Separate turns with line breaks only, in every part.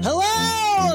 Hello,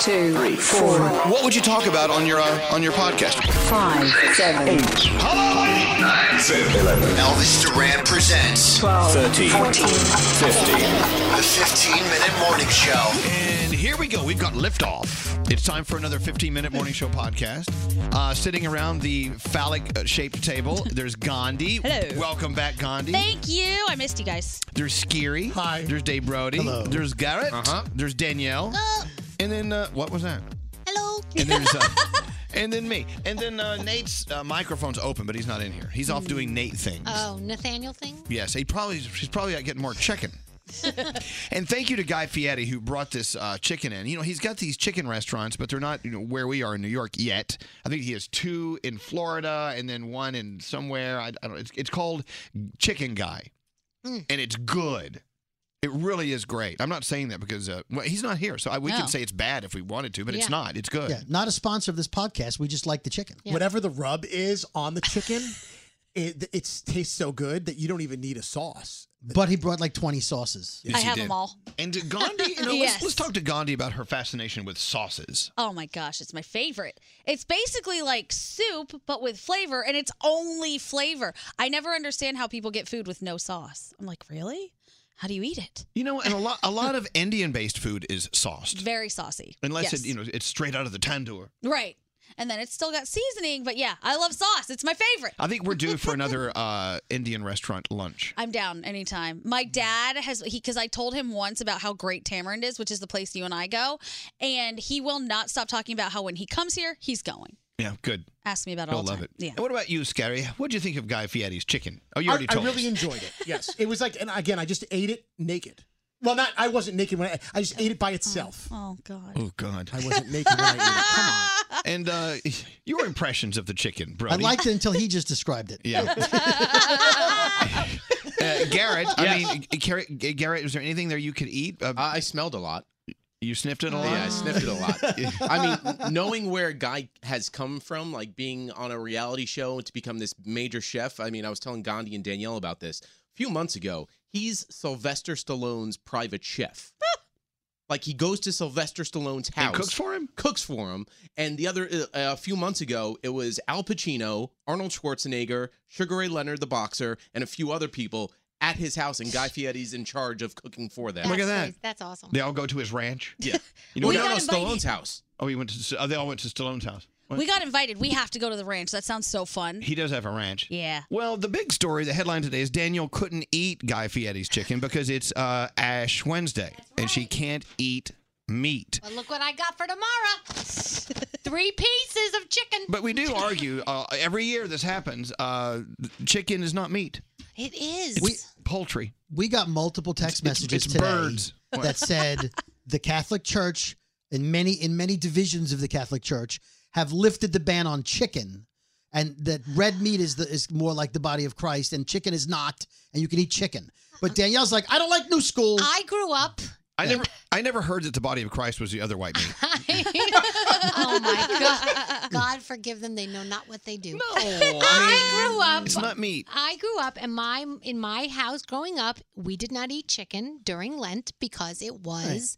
two, three, four.
What would you talk about on your uh, on your podcast?
Five, seven, eight,
nine, ten, eleven. Elvis Duran presents
12,
13,
14,
15. the 15 minute morning show. And here we go. We've got liftoff. It's time for another 15 minute morning show podcast. Uh, sitting around the phallic uh, shaped table, there's Gandhi.
Hello.
Welcome back, Gandhi.
Thank you. I missed you guys.
There's Skiri. Hi. There's Dave Brody. Hello. There's Garrett. Uh-huh. There's Danielle. And then uh, what was that?
Hello.
And there's uh, and then me. And then uh, Nate's uh, microphone's open, but he's not in here. He's off
Hmm.
doing Nate things.
Uh.
Oh, Nathaniel thing?
Yes, he probably he's probably out getting more chicken. and thank you to Guy Fieri who brought this uh, chicken in. You know, he's got these chicken restaurants, but they're not you know, where we are in New York yet. I think he has two in Florida and then one in somewhere. I, I don't know. It's, it's called Chicken Guy,
Hmm.
and it's good. It really is great. I'm not saying that because uh, well, he's not here, so I, we
No.
can say it's bad if we wanted to, but
Yeah.
it's not. It's good.
Yeah, not a sponsor of this podcast. We just like the chicken. Whatever the rub is on the chicken, it it's tastes so good that you don't even need a sauce. But he brought like twenty sauces.
Yes, you did. And to Gandhi, you know,
Yes.
let's, let's talk to Gandhi about her fascination with sauces.
Oh my gosh, it's my favorite. It's basically like soup, but with flavor, and it's only flavor. I never understand how people get food with no sauce. I'm like, really? How do you eat it?
You know, and a lot a lot of Indian-based food is sauced,
Very saucy.
unless
Yes.
it you know it's straight out of the tandoor.
Right. And then it's still got seasoning, but yeah, I love sauce. It's my favorite.
I think we're due for another uh, Indian restaurant lunch.
I'm down anytime. My dad has he because I told him once about how great Tamarind is, which is the place you and I go, and he will not stop talking about how when he comes here, he's going.
Yeah, good.
Ask me about it
He'll
all the
love
time.
it. And what about you, Scary? What do you think of Guy Fieri's chicken? Oh, you
I,
already
I
told
really
us.
enjoyed it. Yes, it was like, and again, I just ate it naked. Well, not I wasn't naked when I, I just ate it by itself.
Mm.
Oh God.
Oh God!
I wasn't naked when I ate it.
And uh, your impressions of the chicken, bro?
I liked it until he just described it.
Yeah. Uh, Garrett, I mean, Garrett, Garrett, was there anything there you could eat? Uh, I
smelled a lot.
You sniffed it a lot.
Yeah, I sniffed it a lot. I mean, knowing where a guy has come from, like being on a reality show to become this major chef. I mean, I was telling Gandhi and Danielle about this a few months ago. He's Sylvester Stallone's private chef. like he goes to Sylvester Stallone's house,
cooks for him,
cooks for him. And the other, uh, a few months ago, it was Al Pacino, Arnold Schwarzenegger, Sugar Ray Leonard, the boxer, and a few other people at his house. And Guy Fieri's in charge of cooking for them.
Look at that.
That's awesome.
They all go to his ranch.
Yeah.
You know
We
what-
got No, no, invited- Stallone's
house.
Oh, he went to. Oh, they all went to Stallone's house. What?
We got invited. We have to go to the ranch. That sounds so fun.
He does have a ranch.
Yeah.
Well, the big story, the headline today is Daniel couldn't eat Guy Fieri's chicken because it's uh, Ash Wednesday, and she can't eat meat.
But look what I got for tomorrow. Three pieces of chicken.
But we do argue uh, every year this happens. Uh, chicken is not meat.
It is.
It's poultry.
We got multiple text
It's-
messages
it's
today
birds. What?
that said the Catholic Church in many in many divisions of the Catholic Church have lifted the ban on chicken, and that red meat is the, is more like the body of Christ, and chicken is not, and you can eat chicken. But Danielle's like, I don't like new school.
Uh-uh. I grew up.
I never, I never heard that the body of Christ was the other white meat.
oh my God. God forgive them. They know not what they do. No.
I
grew up.
It's not meat.
I grew up and my in my house growing up, we did not eat chicken during Lent because it was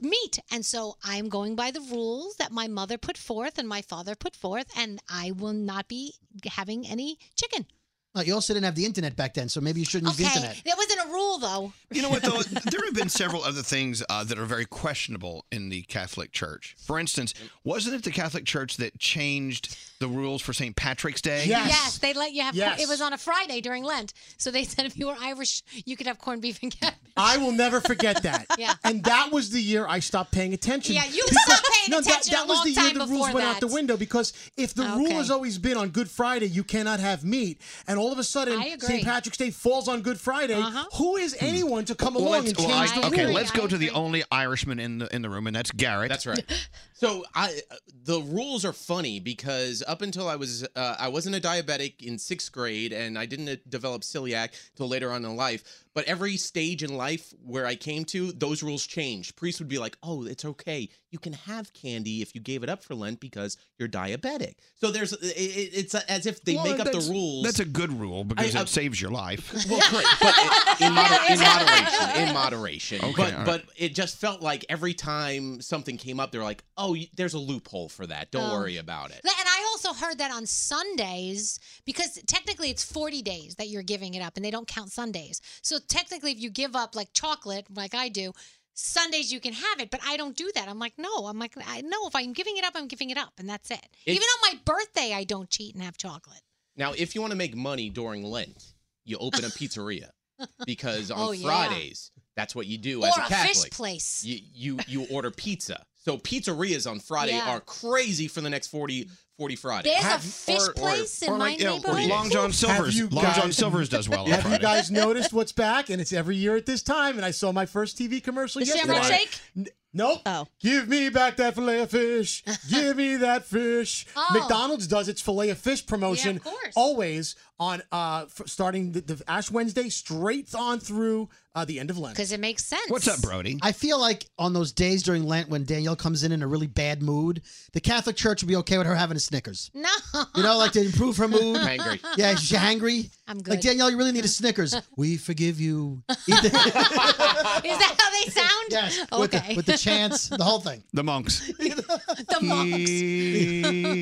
meat. And so I'm going by the rules that my mother put forth and my father put forth, and I will not be having any chicken.
Uh, you also didn't have the internet back then, so maybe you shouldn't use the
Okay.
internet.
That wasn't a rule though.
You know what, though? there have been several other things uh, that are very questionable in the Catholic Church. For instance, wasn't it the Catholic Church that changed the rules for St. Patrick's Day?
they let you have.
Yes.
It was on a Friday during Lent, so they said if you were Irish, you could have corned beef and cabbage.
I will never forget that.
Yeah.
And that was the year I stopped paying attention.
Yeah, you
because-
stopped paying
no,
attention
That, that
a
was
long
the year
time
the rules
before
went out the
that.
window because if the rule has always been on Good Friday, you cannot have meat, and all of a sudden
I agree. Uh-huh.
St. Patrick's Day falls on Good Friday, who is anyone to come
Hmm. Well,
along
let's-
and
well, I-
change the
okay,
rule?
let's go to the only Irishman in the in the room, and that's Garrett. That's
right. So I uh, the rules are funny because up until I was uh, I wasn't a diabetic in sixth grade and I didn't uh, develop celiac till later on in life. But every stage in life where I came to, those rules changed. Priests would be like, "Oh, it's okay. You can have candy if you gave it up for Lent because you're diabetic." So there's it, it- it's as if they
Well,
make up the
that's-
rules.
That's a good rule because
I- I-
it saves your life.
Well, great, but it- in, moder- in moderation, in moderation.
Okay,
but
all right.
but it just felt like every time something came up, they're like, "Oh, y- there's a loophole for that. Don't
Oh.
worry about it."
And I also heard that on Sundays, because technically it's 40 days that you're giving it up, and they don't count Sundays. So technically, if you give up like chocolate, like I do, Sundays you can have it, but I don't do that. I'm like, no, I'm like, I, no, if I'm giving it up, I'm giving it up, and that's it. Even on my birthday, I don't cheat and have chocolate.
Now, if you want to make money during Lent, you open a pizzeria because on
Oh, yeah.
Fridays that's what you do
Or
as
a
a
fish
Catholic.
place.
You you, you order pizza. So pizzerias on Friday
Yeah.
are crazy for the next 40, 40 Fridays.
There's a fish place in my neighborhood.
Long John
Have
Silver's-
you
Long John
guys-
Silver's does well on
Have you
Friday.
guys noticed what's back? And it's every year at this time. And I saw my first TV commercial
The
yesterday.
Shamrock Shake?
N- Nope. Oh. Give me back that filet of fish. Give me that fish.
Oh.
McDonald's does its filet of fish promotion
of course.
always on uh f- starting the, the Ash Wednesday straight on through uh, the end of Lent.
Because it makes sense.
Brody?
I feel like on those days during Lent when Danielle comes in in a really bad mood, the Catholic Church would be okay with her having a Snickers.
No.
You know, like to improve her mood.
Hangry.
Yeah, she's hangry.
I'm good.
Like Danielle, you really need a Snickers. we forgive you. Eat the-
Is that how they sound? Yes. Okay.
with, the, with the chants, the whole thing.
The monks.
the monks.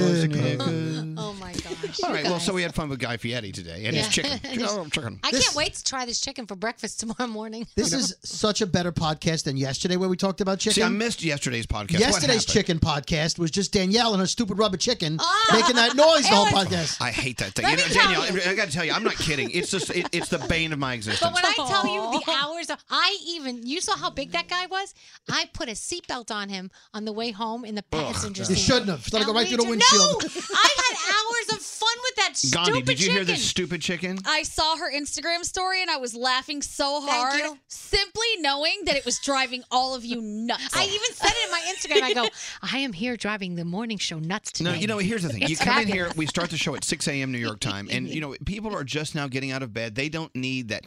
Oh my gosh.
All right. Well,
guys.
so we had fun with Guy Fieri today and
Yeah.
his chicken. Oh, chicken.
I can't wait to try this chicken for breakfast tomorrow morning.
This is such a better podcast than yesterday where we talked about chicken.
See, I missed yesterday's podcast. What
Yesterday's
happened?
chicken podcast was just Danielle and her stupid rubber chicken
Ah.
making that noise the whole podcast.
I hate that thing.
Let
You know,
me tell
Danielle,
you.
I got to tell you, I'm not kidding. It's just it, it's the bane of my
But
existence.
when I tell you the hours, of- I even you saw how big that guy was. I put a seatbelt on him on the way home in the passenger
You
seat.
shouldn't have. Let it go
And
right
we
through the
do-
windshield.
No, I had hours of fun with that
Gandhi,
stupid
did you hear
chicken.
this stupid chicken?
I saw her Instagram story and I was laughing so hard simply knowing that it was driving all of you nuts. I even said it in my
Instagram, I go, I am here driving the morning show nuts today.
No, you know, here's the thing. You
It's
come in here,
fabulous.
we start the show at 6 a.m. New York time, and, you know, people are just now getting out of bed. They don't need that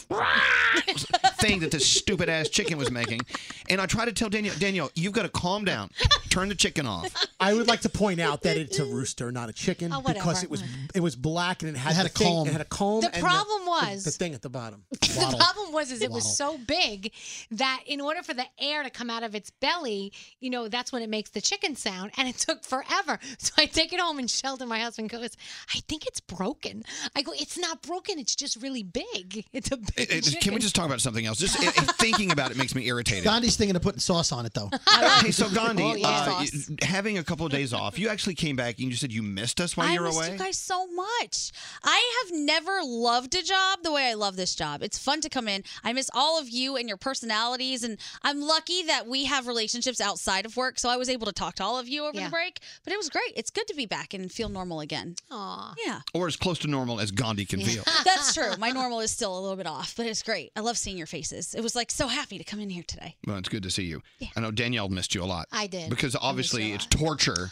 thing that this stupid ass chicken was making. And I try to tell Danielle, Danielle, you've got to calm down, turn the chicken off.
I would like to point out that it's a rooster, not a chicken,
Oh, whatever.
because it was it was black and it had,
It had
the
a
thing-
comb.
It had a comb.
The
and
problem
the,
was-
the, thing at the bottom.
The problem was is it was
Waddle.
so big that in order for the air to come out of its belly, you know, that's when it makes the chicken sound and it took forever. So I take it home and Sheldon, my husband, goes, I think it's broken. I go, It's not broken, it's just really big. It's a big
It- it-
chicken.
can we just talk about something else? Just i i- thinking about it makes me irritated.
Gandhi's thinking of putting sauce on it though.
Hey, so Gandhi,
Oh, yeah.
uh,
Sauce.
y- having a couple of days off, you actually came back and you said you missed us while
I
you were
missed
away.
you guys so much. I have never loved a job the way I love this job. It's fun to come in. I miss all of you and your personalities, and I'm lucky that we have relationships outside of work, so I was able to talk to all of you over
Yeah.
the break. But it was great. It's good to be back and feel normal again.
Aw.
Yeah.
or as close to normal as Gandhi can feel.
That's true. My normal is still a little bit off, but it's great. I love seeing your faces. It was like so happy to come in here today.
Well, it's good to see you. I know Danielle missed you a lot.
I did.
Because obviously it's torture.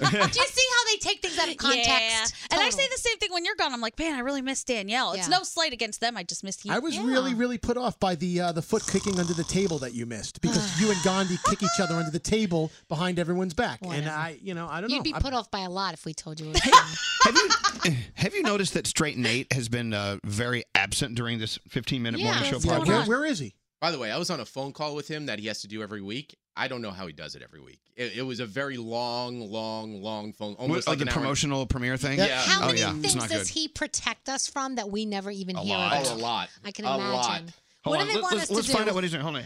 Do you see how they take things out of context?
Yeah. And I
Totally.
say the same thing when you're gone. I'm like, man, I really miss Danielle. It's
Yeah.
no slight against them. I just missed you.
I was really, really put off by the uh, the foot kicking under the table that you missed because you and Gandhi kick each other under the table behind everyone's back, and
Whatever.
I, you know, I don't
You'd
know.
be
I-
put off by a lot if we told you. it was-
Have
Oh.
you noticed that Straight Nate has been uh, very absent during this 15 minute morning show podcast?
where is he?
By the way, I was on a phone call with him that he has to do every week. I don't know how he does it every week. It, it was a very long, long, long phone. Almost
oh,
like
the
an hour-
promotional premiere thing?
Yeah.
How
Oh,
many
yeah.
things
It's not
does
good.
he protect us from that we never even
A
hear
lot.
about?
Oh, a lot.
I can
A lot.
imagine.
Hold
what
on.
do they
Let-
want
let's
us
let's
to
find
do?
out what he's doing. Hold on.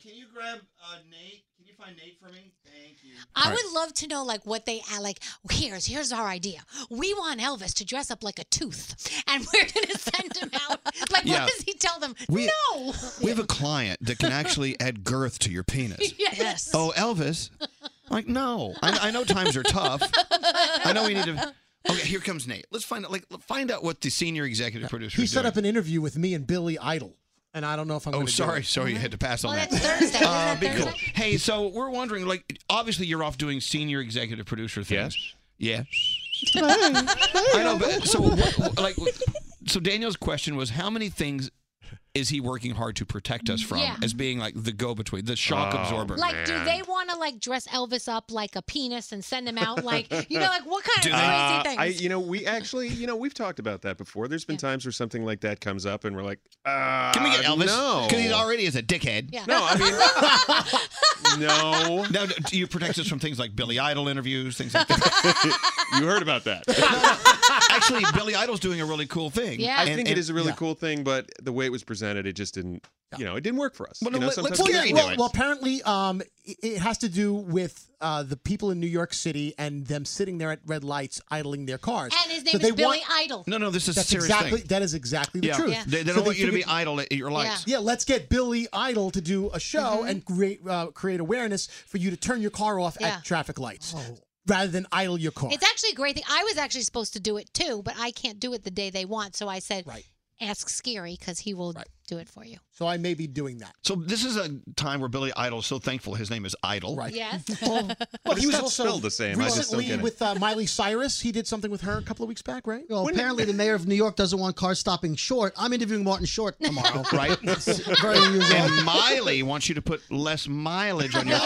can you grab uh, Nate? Can you find Nate for me? Thank you. I
All right.
would love to know, like, what they uh, like. Here's here's our idea. We want Elvis to dress up like a tooth, and we're gonna send him out. Like,
Yeah.
what does he tell them?
We-
no.
We have a client that can actually add girth to your penis.
yes.
Oh, Elvis? I'm like, no. I, I know times are tough. I know we need to. Okay, here comes Nate. Let's find out. Like, find out what the senior executive producer.
He
is
set
doing.
up an interview with me and Billy Idol, and I don't know if I'm.
Oh,
gonna
sorry,
do it.
sorry, you had to pass on that.
Thursday.
Uh, be cool. Hey, so we're wondering, like, obviously you're off doing senior executive producer things. Yes. I know, but so what, like, so Daniel's question was, how many things is he working hard to protect us from
Yeah.
as being like the go-between, the shock
Oh,
absorber?
Like, do they want to like dress Elvis up like a penis and send him out like you know like what kind of
Uh,
crazy things?
I, you know, we actually, you know, we've talked about that before. There's been times where something like that comes up, and we're like, uh,
Can we get Elvis?
No,
because he already is a dickhead.
Yeah.
No, I mean, no.
Now, do you protect us from things like Billy Idol interviews, things like that?
you heard about that.
Actually, Billy Idol's doing a really cool thing.
I think it is a really
yeah.
cool thing, but the way it was presented, it just didn't, you know, it didn't work for us.
Well,
you know,
let- let's
sometimes-
hear
Yeah,
Gary do
well,
it.
well, apparently, um, it- it has to do with uh, the people in New York City and them sitting there at red lights idling their cars.
And his name
So
is
they
Billy
want-
Idol.
No, no, this is a
That's
serious
exactly
thing.
that is exactly the
Yeah.
truth.
Yeah. They- they
So
don't want you to be
figured-
idle at your lights.
Yeah. let's get Billy Idol to do a show
Mm-hmm.
and create uh, create awareness for you to turn your car off
Yeah.
at traffic lights
Oh.
rather than idle your car.
It's actually a great thing. I was actually supposed to do it too, but I can't do it the day they want. So I said, ask Scary because he will do it for you.
so I may be doing that.
So this is a time where Billy Idol is so thankful his name is Idol. Right.
Yes.
But it's not spelled the same. I just don't
recently
get it.
with uh, Miley Cyrus. He did something with her a couple of weeks back, right?
Well, apparently the mayor of New York doesn't want cars stopping short. I'm interviewing Martin Short tomorrow.
Right?
Very unusual.
and Miley wants you to put less mileage on your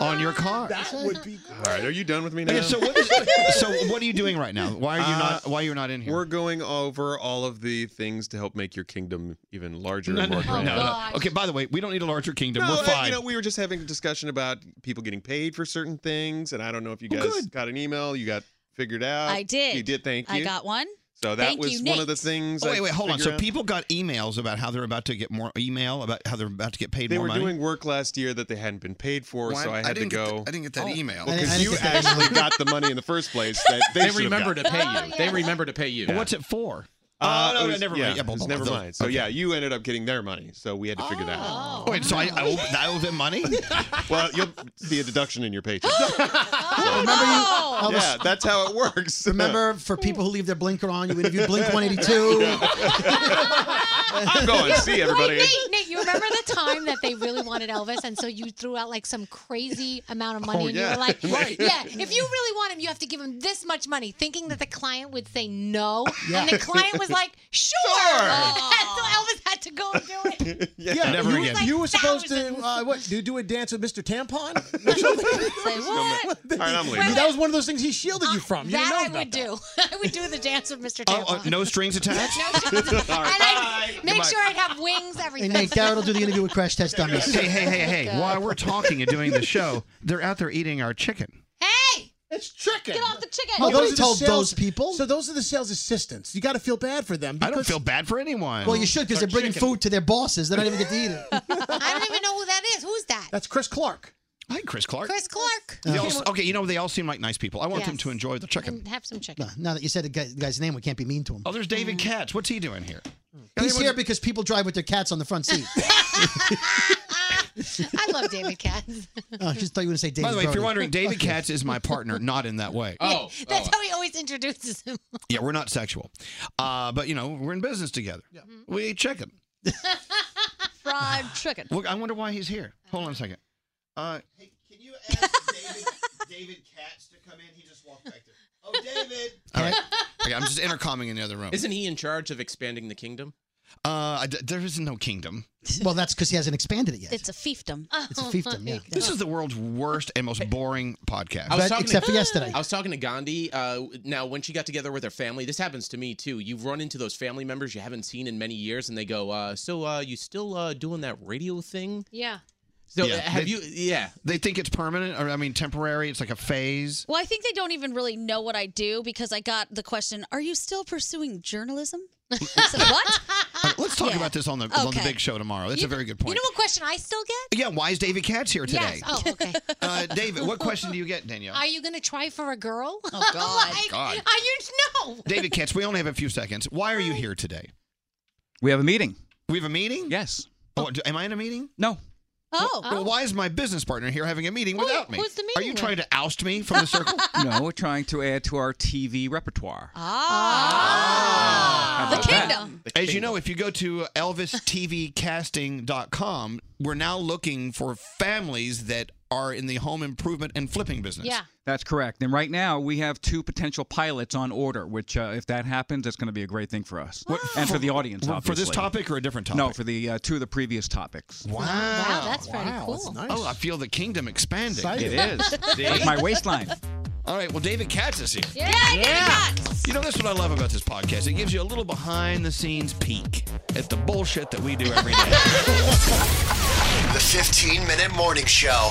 on your car.
That would be
All right, are you done with me now?
Okay, so what is so what are you doing right now? Why are you not why you're not in here?
Uh, We're going over all of the things to help make your kingdom even larger and more grand.
Okay, by the way, we don't need a larger kingdom.
No,
We're
uh,
fine.
You know, we were just having a discussion about people getting paid for certain things, and I don't know if you guys got an email. You got figured out.
I did.
You did. Thank you.
I got one.
So that
Thank
was
you,
one
Nate.
of the things.
Oh, wait,
I
wait, hold on.
figured
So
out.
people got emails about how they're about to get more email about how they're about to get paid
They
more
were
money.
doing work last year that they hadn't been paid for,
Why-
so I
I
had to
didn't get
go.
the- I didn't get that Oh. email. I didn't- I
because
didn't
you
get that
actually got the money in the first place. That they,
They
should have
remember to
gotten.
pay you. They remember to pay you.
But what's
it for?
Uh,
Oh, no,
it
no, never mind. Yeah,
it
blah,
was
blah,
never
blah.
mind. So
Okay.
yeah, you ended up getting their money, so we had to figure that out.
Wait, so I, I, owe, I owe them money?
Well, you'll see a deduction in your paycheck.
remember you,
Oh,
Elvis,
yeah, that's how it works.
remember for people who leave their blinker on, you interview Blink 182.
I'm going. See everybody.
Wait, Nate, Nate, you remember the time that they really wanted Elvis, and so you threw out like some crazy amount of money,
Oh,
and
yeah.
you were like,
Right.
"Yeah, if you really want him, you have to give him this much money," thinking that the client would say no,
Yeah.
and the client was like, "Sure."
Sure.
And so Elvis had to go and do it.
Yeah,
Never
you,
again.
You were supposed to uh, what? Do do a dance with Mr. Tampon? Or something?
what? Uh,
All right, I'm leaving.
That was one of those things he shielded you from. You didn't
that
know
I
about
would do. I would do the dance with Mr.
Oh,
Tampon.
uh, no strings attached. All right.
and I'd make
Goodbye.
sure I'd have wings. Everything.
Hey, Nate, Garrett will do the interview with Crash Test Dummies.
Hey, hey, hey,
Oh
hey!
God.
While we're talking and doing the show, they're out there eating our chicken.
Hey!
It's chicken.
Get off the chicken.
Oh, those are the
told
sales-
those people.
So those are the sales assistants. You got to feel bad for them.
I don't feel bad for anyone.
Well, you should because they're bringing
chicken.
food to their bosses. They don't even get to eat it.
I don't even know who that is. Who's that?
That's Chris Clark.
I like Chris Clark.
Chris Clark.
They all- okay, you know they all seem like nice people. I want them
Yes.
to enjoy the chicken.
And have some chicken.
No, now that you said the, guy, the guy's name, we can't be mean to him.
Oh, there's David Katz. What's he doing here?
Mm. He's here because people drive with their cats on the front seat.
I love David Katz.
Oh, I just thought you were going to say David.
By the way, if you're
Brody.
wondering, David Katz is my partner, not in that way.
Oh,
That's how he always introduces him.
yeah, we're not sexual, uh, but you know we're in business together. We eat chicken.
Mm-hmm. Fried chicken.
Look, I wonder why he's here. Hold on a second. Uh, David Katz to come in. He just walked back there. Oh, David. All right. Okay, I'm just intercomming in the other room.
Isn't he in charge of expanding the kingdom?
Uh, I d- there is no kingdom.
well, that's because he hasn't expanded it yet.
It's a fiefdom.
Oh
It's a fiefdom, yeah.
This is the world's worst and most boring podcast.
I was talking
except
to,
for yesterday.
I was talking to Gandhi. Uh, now, when she got together with her family, this happens to me too. You run into those family members you haven't seen in many years, and they go, uh, "So, uh, you still uh, doing that radio thing?"
Yeah.
So, uh, have
they-
you? Yeah.
They think it's permanent, or I mean, temporary. It's like a phase.
Well, I think they don't even really know what I do because I got the question, "Are you still pursuing journalism?" I said, "What?"
Uh, Let's talk about this on the on the
Okay.
big show tomorrow. Oh, That's
You-
a very good point.
You know what question I still get?
yeah, why is David Katz here today?
Yes. Oh, okay.
Uh, David, what question do you get, Danielle?
Are you going to try for a girl? Oh,
God. God.
Are you no?
David Katz, we only have a few seconds. Why are you here today?
We have a meeting.
We have a meeting?
Yes.
Oh, d- am I in a meeting?
No.
Oh.
Well, why is my business partner here having a meeting without me?
who's the
Are you
meeting
trying
with?
to oust me from the circle?
no, we're trying to add to our TV repertoire.
Uh, Ah. The kingdom.
As you know, if you go to elvistvcasting.com, we're now looking for families that are in the home improvement and flipping business.
That's correct. And right now we have two potential pilots on order, which uh, if that happens, that's going to be a great thing for us and for, the audience.
for- for this
obviously.
topic or a different
No,
topic?
for the uh, two of the previous topics.
Wow.
Wow, that's pretty cool.
Oh, I feel the kingdom expanding.
Exciting. It is. Like my waistline.
All right, well, David Katz is here.
Yeah,
You know, that's what I love about this podcast. It gives you a little behind the scenes peek at the bullshit that we do every day.
The 15 Minute Morning Show.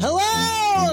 Hello,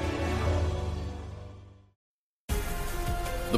The